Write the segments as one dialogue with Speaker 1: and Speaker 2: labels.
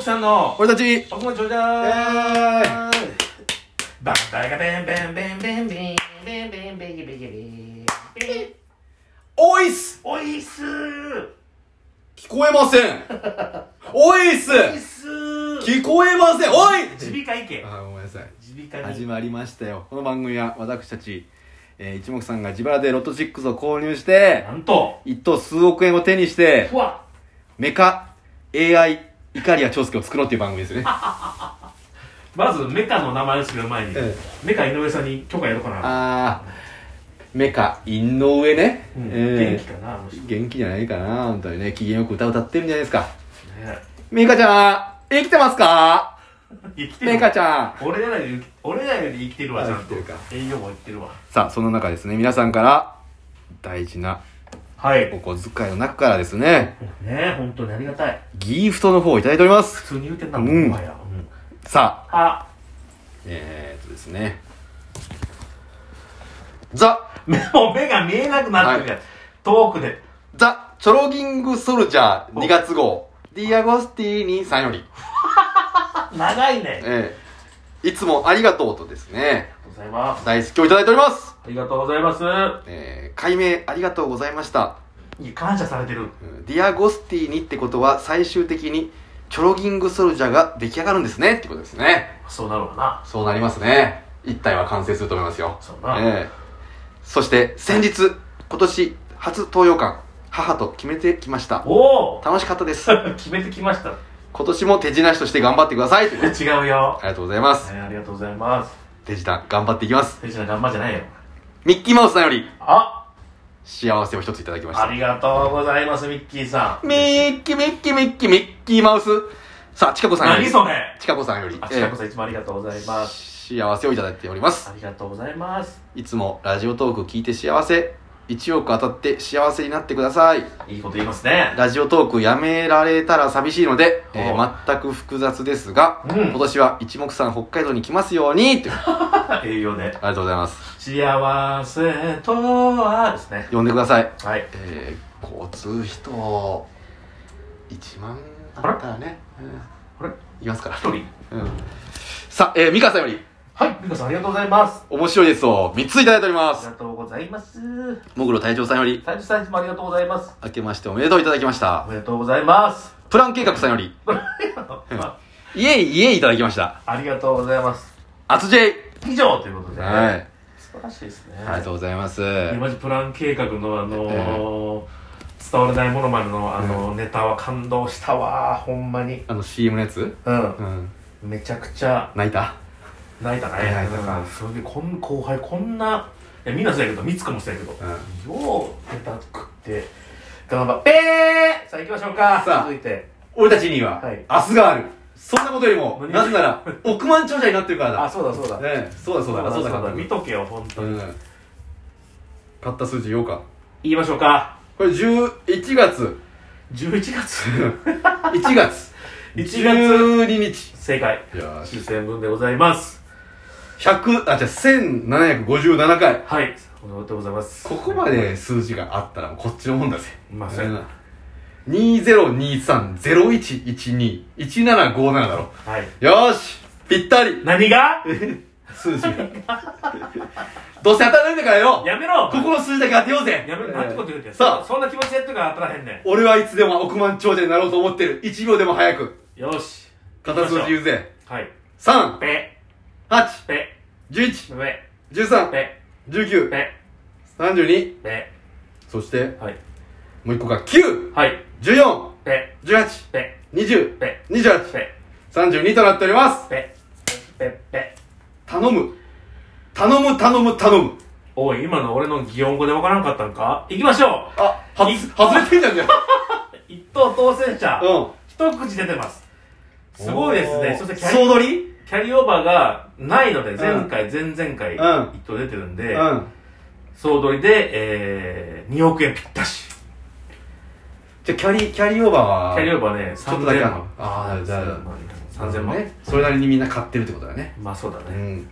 Speaker 1: さんの
Speaker 2: 俺たち
Speaker 1: 僕もちょうだ
Speaker 2: イエー
Speaker 1: ーい
Speaker 2: イ
Speaker 1: バンバカベンベンベンベンベンベンベンベンベンベンベンベン
Speaker 2: おいっす
Speaker 1: おいっすー
Speaker 2: 聞こえませ んおいっす
Speaker 1: おいっすー
Speaker 2: 聞こえませんおい
Speaker 1: 耳鼻科行け
Speaker 2: あーごめんなさい
Speaker 1: 耳鼻科
Speaker 2: 始
Speaker 1: に
Speaker 2: まりましたよこの番組は私たち、えー一目さんが自腹でロト6を購入して
Speaker 1: なんと
Speaker 2: 一等数億円を手にして
Speaker 1: ふわ
Speaker 2: メカ AI イカリア長介を作ろうっていう番組 ですね
Speaker 1: まずメカの名前を知る前に
Speaker 2: え
Speaker 1: メカ井上さんに許可やろうかな
Speaker 2: あーメカ井上ね、
Speaker 1: うん
Speaker 2: え
Speaker 1: 元気かなあの
Speaker 2: ー
Speaker 1: 人ね
Speaker 2: 元気じゃないかな本当にね機嫌よく歌歌ってるんじゃないですかメカちゃん生きてますか
Speaker 1: 生きて
Speaker 2: メ
Speaker 1: る
Speaker 2: カちゃん
Speaker 1: 俺らより俺らより生きてるわ
Speaker 2: あ
Speaker 1: ちゃん
Speaker 2: 生
Speaker 1: と
Speaker 2: きてるか
Speaker 1: 営業も行ってるわ
Speaker 2: さあその中ですね皆さんから大事な
Speaker 1: はい
Speaker 2: お小遣いの中からですね
Speaker 1: ね本当にありがたい
Speaker 2: ギフトの方をいただいております
Speaker 1: 普通に言うてんなも
Speaker 2: うんん
Speaker 1: もはやうん
Speaker 2: さあ
Speaker 1: あ
Speaker 2: えー、っとですね。ザ、
Speaker 1: 目も目が見えなくなってるやん遠くで
Speaker 2: ザ、チョロギングソルジャー2月号。ディアゴスティーニさんより。
Speaker 1: あ長いねありが
Speaker 2: えー、いつもありがとうとですね、
Speaker 1: とうございます
Speaker 2: 大好きをいただいております。
Speaker 1: ありがとうございます
Speaker 2: えー、解明ありがとうございました。
Speaker 1: いや感謝されてる
Speaker 2: うんディアゴスティーニってことは最終的にチョロギングソルジャーが出来上がるんですねってことですね。
Speaker 1: そうなるわな
Speaker 2: そうなりますね。一体は完成すると思いますよ。
Speaker 1: そうな、
Speaker 2: ええそして先日今年初東洋館母と決めてきました
Speaker 1: おお
Speaker 2: 楽しかったです
Speaker 1: 決めてきました
Speaker 2: 今年も手品師として頑張ってくださいということで
Speaker 1: 違うよ
Speaker 2: ありがとうございます
Speaker 1: はいありがとうございます
Speaker 2: 手品頑張っていきます
Speaker 1: 手品頑張じゃないよ
Speaker 2: ミッキーマウスさんより
Speaker 1: あ
Speaker 2: 幸せを一ついただきまし
Speaker 1: あ
Speaker 2: た
Speaker 1: りがとうございますミッキーさん
Speaker 2: ミッキーミッキーミッキーミッキーマウスさあちかこさんより
Speaker 1: 何それ
Speaker 2: ちかこさんより
Speaker 1: あ、
Speaker 2: え
Speaker 1: ちか
Speaker 2: え
Speaker 1: こさんいつもありがとうございます。
Speaker 2: 幸せをいただいております
Speaker 1: ありがとうございます。
Speaker 2: いつもラジオトーク聞いて幸せ1億当たって幸せになってください
Speaker 1: いいこと言いますね。
Speaker 2: ラジオトークやめられたら寂しいので、えー
Speaker 1: ほう
Speaker 2: 全く複雑ですが、
Speaker 1: うん
Speaker 2: 今年は一目散北海道に来ますようにというあ
Speaker 1: 栄養で。
Speaker 2: りがとうございます。
Speaker 1: 幸せとはですね。
Speaker 2: 呼んでください。
Speaker 1: はい。
Speaker 2: えー、交通費と、1万あったらね、
Speaker 1: あれ
Speaker 2: いきますから。
Speaker 1: 一人。
Speaker 2: うん、さあ、えー、ミカさんより、
Speaker 1: はい、美香さんありがとうございます。
Speaker 2: 面白いですを3ついただいておりま
Speaker 1: あり
Speaker 2: す
Speaker 1: が。とうございます。
Speaker 2: もぐろ隊長さんより、
Speaker 1: 大地さんいつもありがとうございます。
Speaker 2: 明けましておめでとういただきまし
Speaker 1: お
Speaker 2: た。
Speaker 1: めでとうございます。
Speaker 2: プラン計画さんより、
Speaker 1: ま
Speaker 2: イエイイエイいただきました。
Speaker 1: あ、ありがとうございます。
Speaker 2: アツジェイ
Speaker 1: 以上ということで。
Speaker 2: はい。
Speaker 1: 素晴らしいですね。
Speaker 2: ありがとうございます。
Speaker 1: いやマジプラン計画のあのー伝わらないものまでのあのーネタは感動したわほんまに
Speaker 2: あの CM のやつ
Speaker 1: うん
Speaker 2: うん。
Speaker 1: めちゃくちゃ
Speaker 2: 泣いた
Speaker 1: 泣いたね
Speaker 2: はいはい
Speaker 1: だからそれでこん後輩こんないやみんなそうやけどみつかもそうやけどよ
Speaker 2: うん。
Speaker 1: うネタ食って頑張ってさあ行きましょうか
Speaker 2: さあ
Speaker 1: 続いて
Speaker 2: 俺たちには、
Speaker 1: はい
Speaker 2: 明日があるそんなことよりも
Speaker 1: 何
Speaker 2: なぜなら億万長者になってるからだ
Speaker 1: あそうだそうだ
Speaker 2: ねえそうだそうだそうだそうだ
Speaker 1: 見とけよ本当に、
Speaker 2: うん買った数字言おうか
Speaker 1: 言いましょうか
Speaker 2: これ11月
Speaker 1: 11月
Speaker 2: 1月
Speaker 1: 1月
Speaker 2: 12日
Speaker 1: 正解
Speaker 2: いやー
Speaker 1: 抽選分でございます
Speaker 2: 100あじゃあ1757回
Speaker 1: はいおめでとうございます
Speaker 2: ここまで数字があったらこっちのもんだぜ
Speaker 1: まあそうやな
Speaker 2: 2023-0112-1757だろ
Speaker 1: はい
Speaker 2: よーしぴったり
Speaker 1: 何が
Speaker 2: 数字がどうせ当たらないんだからよ
Speaker 1: やめろ
Speaker 2: ここの数字だけ当てようぜ
Speaker 1: やめろなんてこと言うてん
Speaker 2: さあ
Speaker 1: そんな気持ちでやってるから当たらへんね
Speaker 2: 俺はいつでも億万長者になろうと思ってる1秒でも早く
Speaker 1: んよし
Speaker 2: 片数字言うぜ
Speaker 1: はい
Speaker 2: 3
Speaker 1: ペ
Speaker 2: 8
Speaker 1: ペ
Speaker 2: 1
Speaker 1: ペ
Speaker 2: 1 3
Speaker 1: ペ
Speaker 2: 1 9
Speaker 1: ペ
Speaker 2: 3 2
Speaker 1: ペ
Speaker 2: そして
Speaker 1: はい
Speaker 2: もう一個が9
Speaker 1: はい
Speaker 2: 1 4
Speaker 1: ペ
Speaker 2: 1 8
Speaker 1: ペ
Speaker 2: 2 0
Speaker 1: ペ
Speaker 2: 2 8
Speaker 1: ペ
Speaker 2: 3 2となっております
Speaker 1: ペペペ
Speaker 2: 頼む頼む頼む頼む
Speaker 1: おい今の俺の擬音語でわからんかったんか行きましょ
Speaker 2: あ外
Speaker 1: い
Speaker 2: 外れてんじゃんね
Speaker 1: う一等当選者
Speaker 2: うん
Speaker 1: 一口出てますすごいです
Speaker 2: お
Speaker 1: ね
Speaker 2: ー
Speaker 1: そしてキャ
Speaker 2: 総
Speaker 1: リ
Speaker 2: 取り
Speaker 1: キャリーオーバーがないので
Speaker 2: ん
Speaker 1: 前回前々回
Speaker 2: うん
Speaker 1: 一等出てるん
Speaker 2: う
Speaker 1: で
Speaker 2: ん
Speaker 1: 総取りでえー2億円ぴったし
Speaker 2: じゃあキャリーキャリーオーバーは
Speaker 1: キャリーオーバーね
Speaker 2: ちょっとだけ
Speaker 1: 3000
Speaker 2: ある
Speaker 1: 万
Speaker 2: ああじゃあ
Speaker 1: 3000万
Speaker 2: ねそれなりにみんな買ってるってことだね
Speaker 1: まあそうだ
Speaker 2: う
Speaker 1: ね
Speaker 2: ん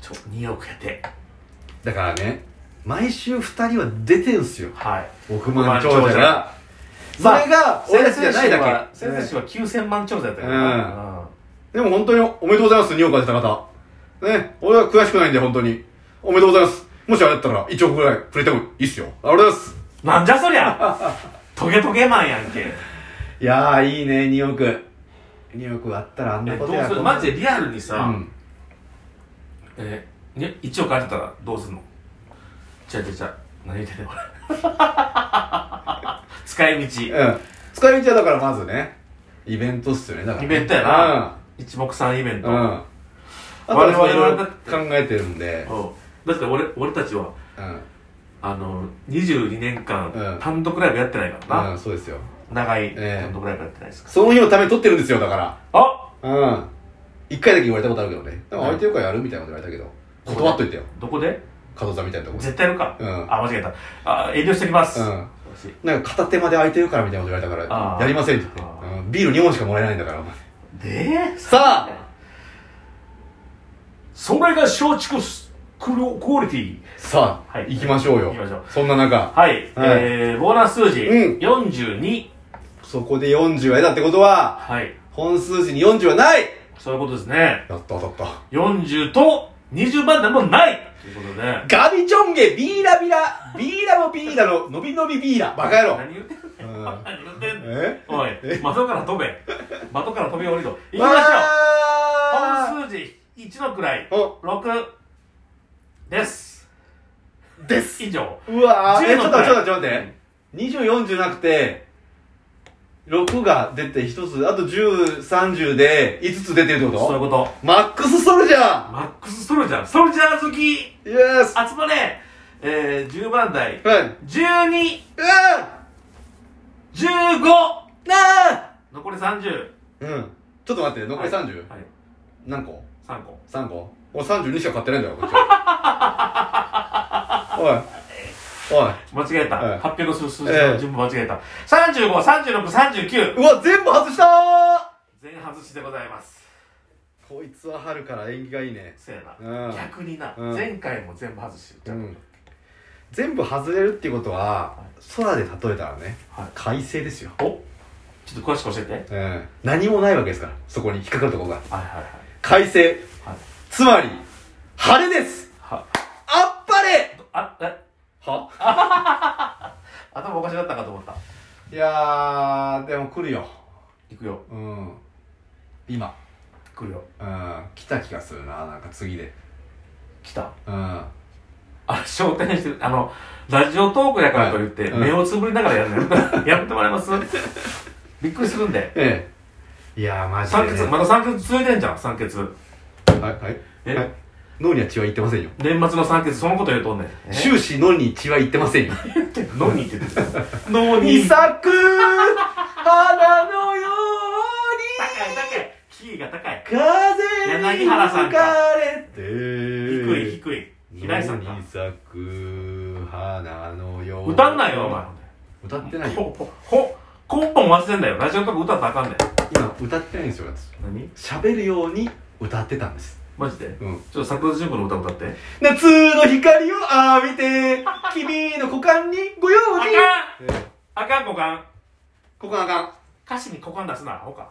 Speaker 1: ちょ2億やて
Speaker 2: だからね毎週2人は出てるんすよ
Speaker 1: はい
Speaker 2: 億万長者がそれが
Speaker 1: 先
Speaker 2: 俺
Speaker 1: 生
Speaker 2: 選
Speaker 1: 氏
Speaker 2: 手
Speaker 1: は
Speaker 2: は、
Speaker 1: 先生氏は9000万超人やったよ
Speaker 2: うんでも本当におめでとうございます、日本から出た方。ね、俺は悔しくないんで、本当に。おめでとうございます。もしあれだったら、1億ぐらいくれてもいいっすよ。ありがとうございます。
Speaker 1: なんじゃそりゃトゲトゲマンやんけ
Speaker 2: いやー、いいね、2億。2億あったらあん
Speaker 1: え
Speaker 2: な
Speaker 1: ど
Speaker 2: こ
Speaker 1: う
Speaker 2: とや
Speaker 1: するマジでリアルにさ、
Speaker 2: うん。
Speaker 1: えー、ね1億当てたらどうすんの違う違う違う何言ってんの 俺使い道
Speaker 2: うん。使い道はだからまずね、イベントっすよね、だから、
Speaker 1: イベントやな。一目散イベン
Speaker 2: う
Speaker 1: ト、
Speaker 2: ん。うん。
Speaker 1: うん
Speaker 2: あとはそれ
Speaker 1: 我
Speaker 2: を
Speaker 1: 々はだって
Speaker 2: 考えてるんで、
Speaker 1: だって俺俺たちは
Speaker 2: う
Speaker 1: あの22年
Speaker 2: う
Speaker 1: 間
Speaker 2: ん
Speaker 1: 単独ライブやってないから
Speaker 2: ん。
Speaker 1: な、
Speaker 2: うん、そうですよ。
Speaker 1: 長い
Speaker 2: ええ
Speaker 1: 単独ライブやってないですか
Speaker 2: その日のために撮ってるんですよ、だから。
Speaker 1: ら、あ
Speaker 2: うん。一回だけ言われたことあるけどね。でも
Speaker 1: うん
Speaker 2: 相手よくやるみたいなこと言われたけど、断っといてよ。
Speaker 1: どこで
Speaker 2: 角座みたいなとこ。
Speaker 1: 絶対やるか、
Speaker 2: うん
Speaker 1: あ間違えたあ遠慮しておきます、
Speaker 2: うん。なんか片手まで空いてるからみたいなこと言われたか
Speaker 1: あ
Speaker 2: ら、
Speaker 1: ー
Speaker 2: やりませんって言
Speaker 1: あ
Speaker 2: って。うんビール2本しかもらえないんだから、お前
Speaker 1: で
Speaker 2: さあ
Speaker 1: それが松竹スクロクオリティ
Speaker 2: さあ、
Speaker 1: はい
Speaker 2: 行きましょうよ。
Speaker 1: 行きましょう
Speaker 2: そんな中、
Speaker 1: はい、
Speaker 2: はい
Speaker 1: えー、ボーナス数字、
Speaker 2: うん
Speaker 1: 42
Speaker 2: そこで40は得たってことは、
Speaker 1: はい
Speaker 2: 本数字に40はない
Speaker 1: そういうことですね
Speaker 2: やった当たっ
Speaker 1: 40と20番でもないということで
Speaker 2: た。ガビチョンゲ、ビーラビラ、ビーラのビーラの、のびのびビーラ。バカ野郎。
Speaker 1: 何言ってんの
Speaker 2: うん
Speaker 1: 何言ってんの
Speaker 2: え
Speaker 1: おい的から飛べ的から飛び降りろ行きましょう
Speaker 2: あ
Speaker 1: 本数字1の位
Speaker 2: ーお
Speaker 1: 6です
Speaker 2: です。
Speaker 1: 以上
Speaker 2: うわー、え、ち
Speaker 1: 10の
Speaker 2: ょっと待
Speaker 1: 位
Speaker 2: って、ちょっと待って。20、40じゃなくて、6が出て1つ、あと10、30で5つ出てるってこ
Speaker 1: そうい
Speaker 2: と
Speaker 1: うこと
Speaker 2: マックスソルジャ
Speaker 1: マックス・ソルジャーソルジャー好き集
Speaker 2: ーイエス
Speaker 1: まれえー、10番台
Speaker 2: はい。うん
Speaker 1: 1215
Speaker 2: な
Speaker 1: 残り30
Speaker 2: うん。ちょっと待って、残り 30?
Speaker 1: はい
Speaker 2: 何個
Speaker 1: 3個
Speaker 2: ?3 個俺32しか買ってないんだよ、こっちは おい。おい。
Speaker 1: 間違えた、
Speaker 2: はい
Speaker 1: 発表の数字
Speaker 2: え
Speaker 1: の
Speaker 2: え
Speaker 1: 順番間違えた、353639
Speaker 2: うわ、全部外したー
Speaker 1: 全外しでございます
Speaker 2: こいつは春から縁起がいいね。
Speaker 1: せやな
Speaker 2: うん。
Speaker 1: 逆にな、
Speaker 2: うん
Speaker 1: 前回も全部外してるじ
Speaker 2: う
Speaker 1: ゃん、
Speaker 2: ん。全部外れるってことは、空で例えたらね、
Speaker 1: はい
Speaker 2: 快晴ですよ。
Speaker 1: おちょっと詳しく教えてはい
Speaker 2: うん。何もないわけですから、そこに引っかかるところが。
Speaker 1: はいはい
Speaker 2: 快晴。
Speaker 1: はい
Speaker 2: つまり、晴れです
Speaker 1: は
Speaker 2: あっぱれ
Speaker 1: あえ
Speaker 2: は
Speaker 1: 頭おかしかったかと思った
Speaker 2: いやー、でも来るよ。
Speaker 1: 行くよ
Speaker 2: うん。今。
Speaker 1: 来るよ
Speaker 2: うん。来た気がするな、なんか次で。
Speaker 1: 来た
Speaker 2: うん。
Speaker 1: あれ焦点してるあのラジオトークやからと言って、
Speaker 2: うん
Speaker 1: 目をつぶりながらやる のよやめてもらえますびっくりするんで
Speaker 2: ええ。いやー、マジ
Speaker 1: 酸
Speaker 2: で、
Speaker 1: 欠
Speaker 2: ね。
Speaker 1: まだ酸欠続いてんじゃん酸欠
Speaker 2: はい、はい。
Speaker 1: え、
Speaker 2: はい脳には血は行ってませんよ。
Speaker 1: 年末の酸欠そのこと言うとんねんえ
Speaker 2: 終始脳に血は行ってません よ。
Speaker 1: 脳にって言ってる脳に
Speaker 2: に咲く花のよう
Speaker 1: 高い高いキーが高い
Speaker 2: に風に
Speaker 1: 柳原さん
Speaker 2: 吹
Speaker 1: か
Speaker 2: かれて
Speaker 1: 低い低い平井さん
Speaker 2: 野
Speaker 1: か
Speaker 2: に咲く花のように
Speaker 1: 歌んないよお前
Speaker 2: 歌ってないよ
Speaker 1: ほほほ根本忘れんだよラジオとか歌ったらあかんねん
Speaker 2: 今歌ってないんですよ私
Speaker 1: 何
Speaker 2: 喋るように歌ってたんです
Speaker 1: マジで
Speaker 2: うん
Speaker 1: ちょっと桜田淳子の歌歌って
Speaker 2: 夏の光を浴びて君の股間にご用
Speaker 1: あかん
Speaker 2: に
Speaker 1: あかん股間
Speaker 2: 股間あかん
Speaker 1: 歌詞に股間出すなほか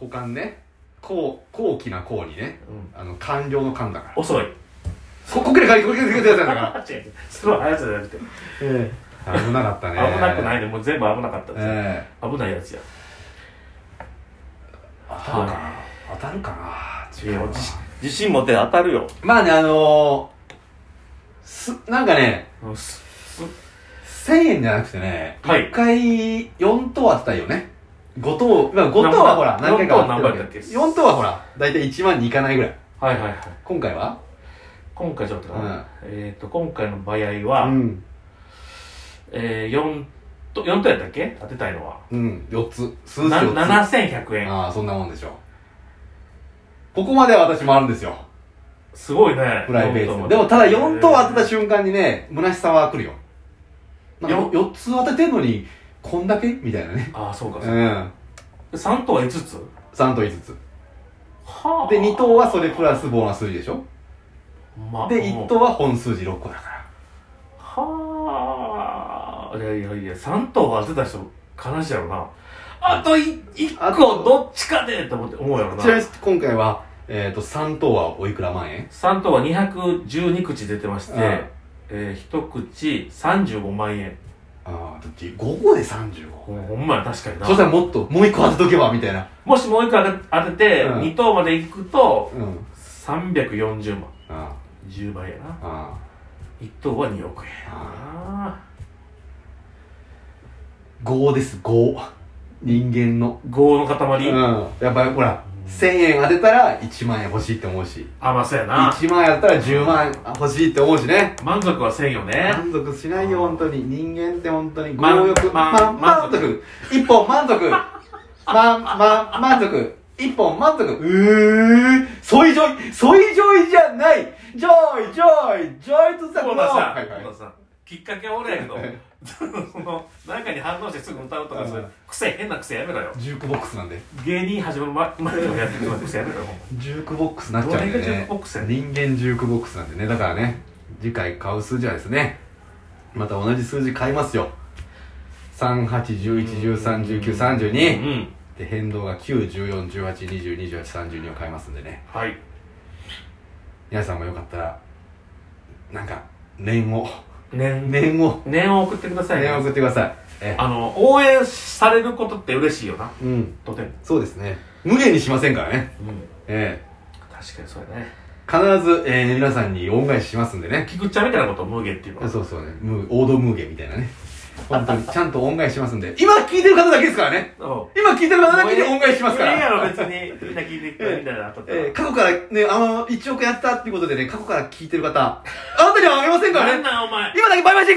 Speaker 2: 股間ねこう高貴な高にね
Speaker 1: うん
Speaker 2: あの官僚の官だから
Speaker 1: 遅い
Speaker 2: ここくれ借りこけてくれてやつなんだから
Speaker 1: あ違う違うそれはあやつじゃなくて
Speaker 2: ええ危なかったね
Speaker 1: 危なくないいでもう全部危なかったです
Speaker 2: え
Speaker 1: 危ないやつや
Speaker 2: え当たるかな、当たるかな違う
Speaker 1: 自自信持って当たるよ
Speaker 2: まあねあのー、すなんかね
Speaker 1: うんすす
Speaker 2: 1000円じゃなくてね、
Speaker 1: はい
Speaker 2: 1回4等当てたいよね5等まあ5等はほら
Speaker 1: 何
Speaker 2: 何
Speaker 1: 回
Speaker 2: 回
Speaker 1: か
Speaker 2: か
Speaker 1: 何
Speaker 2: 当
Speaker 1: 回
Speaker 2: て
Speaker 1: だ
Speaker 2: た
Speaker 1: っけ
Speaker 2: けど4等はほら大体1万にいかないぐらい
Speaker 1: はいはいはい
Speaker 2: 今回は
Speaker 1: 今回ちょっとな、
Speaker 2: うん
Speaker 1: えっ、と今回の場合は、
Speaker 2: ん
Speaker 1: えー、4と4とやったっけ当てたいのは
Speaker 2: うん4つ数字
Speaker 1: な
Speaker 2: 4つ
Speaker 1: 7100円
Speaker 2: ああそんなもんでしょうここまでは私もあるんですよ
Speaker 1: すごいね
Speaker 2: フライベースでもただ4等当てた瞬間にね虚しさは来るよなんか
Speaker 1: よ
Speaker 2: 4つ当ててんのにこんだけみたいなね
Speaker 1: ああそうか、
Speaker 2: う
Speaker 1: そうか
Speaker 2: ん
Speaker 1: 3等は5つ
Speaker 2: 3と5つ
Speaker 1: はあ
Speaker 2: で2等はそれプラスボーナス数字でしょ
Speaker 1: ま
Speaker 2: で1等は本数字6個だから
Speaker 1: はあいやいやいや3等は当てた人悲しいやろな。あとい一個どっちかでと思って思うやろ
Speaker 2: ちなみ
Speaker 1: な。
Speaker 2: に今回は、えっ、と、3等はおいくら万円
Speaker 1: 3等は212口出てまして、
Speaker 2: うん
Speaker 1: えー、1口35万円。
Speaker 2: ああ、だって5個で35。
Speaker 1: ほんほんまや、確かに
Speaker 2: そしたら
Speaker 1: な。
Speaker 2: もっと、もう1個当てとけば、みたいな。
Speaker 1: もしもう一個当て当てて、
Speaker 2: うん
Speaker 1: 二2等まで行くと、
Speaker 2: うん。
Speaker 1: 340万。
Speaker 2: あ
Speaker 1: 10倍やな
Speaker 2: あ、。あ
Speaker 1: 1等は2億円。
Speaker 2: ああ。5です、5。人間の。
Speaker 1: 5の
Speaker 2: うん。
Speaker 1: 塊。
Speaker 2: やっぱりほら、1000円当てたら1万円欲しいって思うし、
Speaker 1: あ、まあそうやな。
Speaker 2: 1万円当てたら10万円欲しいって思うしね。
Speaker 1: 満足はせんよね。
Speaker 2: 満足しないよ、本当に。人間って本当に
Speaker 1: まん
Speaker 2: 強欲。
Speaker 1: まん
Speaker 2: まん満
Speaker 1: 満足
Speaker 2: 足。一本満 足。まん、まん、満足。一本満足。うー、ソイジョイ、ソイジョイじゃないジョイ、ジョイ、ジョイとさ、
Speaker 1: 久保田さん、
Speaker 2: はいはい
Speaker 1: 久保田さんきっかけは俺やけ ど
Speaker 2: はい、
Speaker 1: その、何かに反応してすぐ歌うとか、そうい
Speaker 2: うん
Speaker 1: う癖、変な癖やめろよ。
Speaker 2: ジュークボックスなんで。
Speaker 1: 芸人始まる前前のやってる癖やめろよ。ほんま
Speaker 2: ジュークボックスになっちゃうんで
Speaker 1: どれがジュー
Speaker 2: ね
Speaker 1: クボックスや。ね
Speaker 2: 人間ジュークボックスなんでね。だからね、次回買う数字はですね、また同じ数字買いますよ。3、8、11、13、19、32。
Speaker 1: うん。
Speaker 2: で変動が91418202832を変えますんでね
Speaker 1: はい。
Speaker 2: 皆さんもよかったらなんか念を
Speaker 1: 年、
Speaker 2: 念を
Speaker 1: 年を送ってください
Speaker 2: 念を送
Speaker 1: ね。
Speaker 2: ってくださいえ
Speaker 1: あの、応援されることって嬉しいよな。
Speaker 2: うん
Speaker 1: とても。
Speaker 2: そうですね無限にしませんからね
Speaker 1: うん。
Speaker 2: え
Speaker 1: 確かにそうやね。
Speaker 2: え必ず、えー皆さんに恩返ししますんでね
Speaker 1: 菊ちゃんみたいなことを無限っていうのは。
Speaker 2: そうそうね無王道無限みたいなね本当 にちゃんと恩返ししますんで今聞いてる方だけですからね
Speaker 1: そ
Speaker 2: 今聞いてる方だけに恩返ししますか
Speaker 1: いいやろ、
Speaker 2: ら
Speaker 1: 別に。みんな聞いてくれみたいなこと。
Speaker 2: えー過去からね、あの、1億やったっていうことでね、過去から聞いてる方、あなたにはあげませんから
Speaker 1: なん
Speaker 2: ね。
Speaker 1: なんお前。
Speaker 2: 今だけバイバイして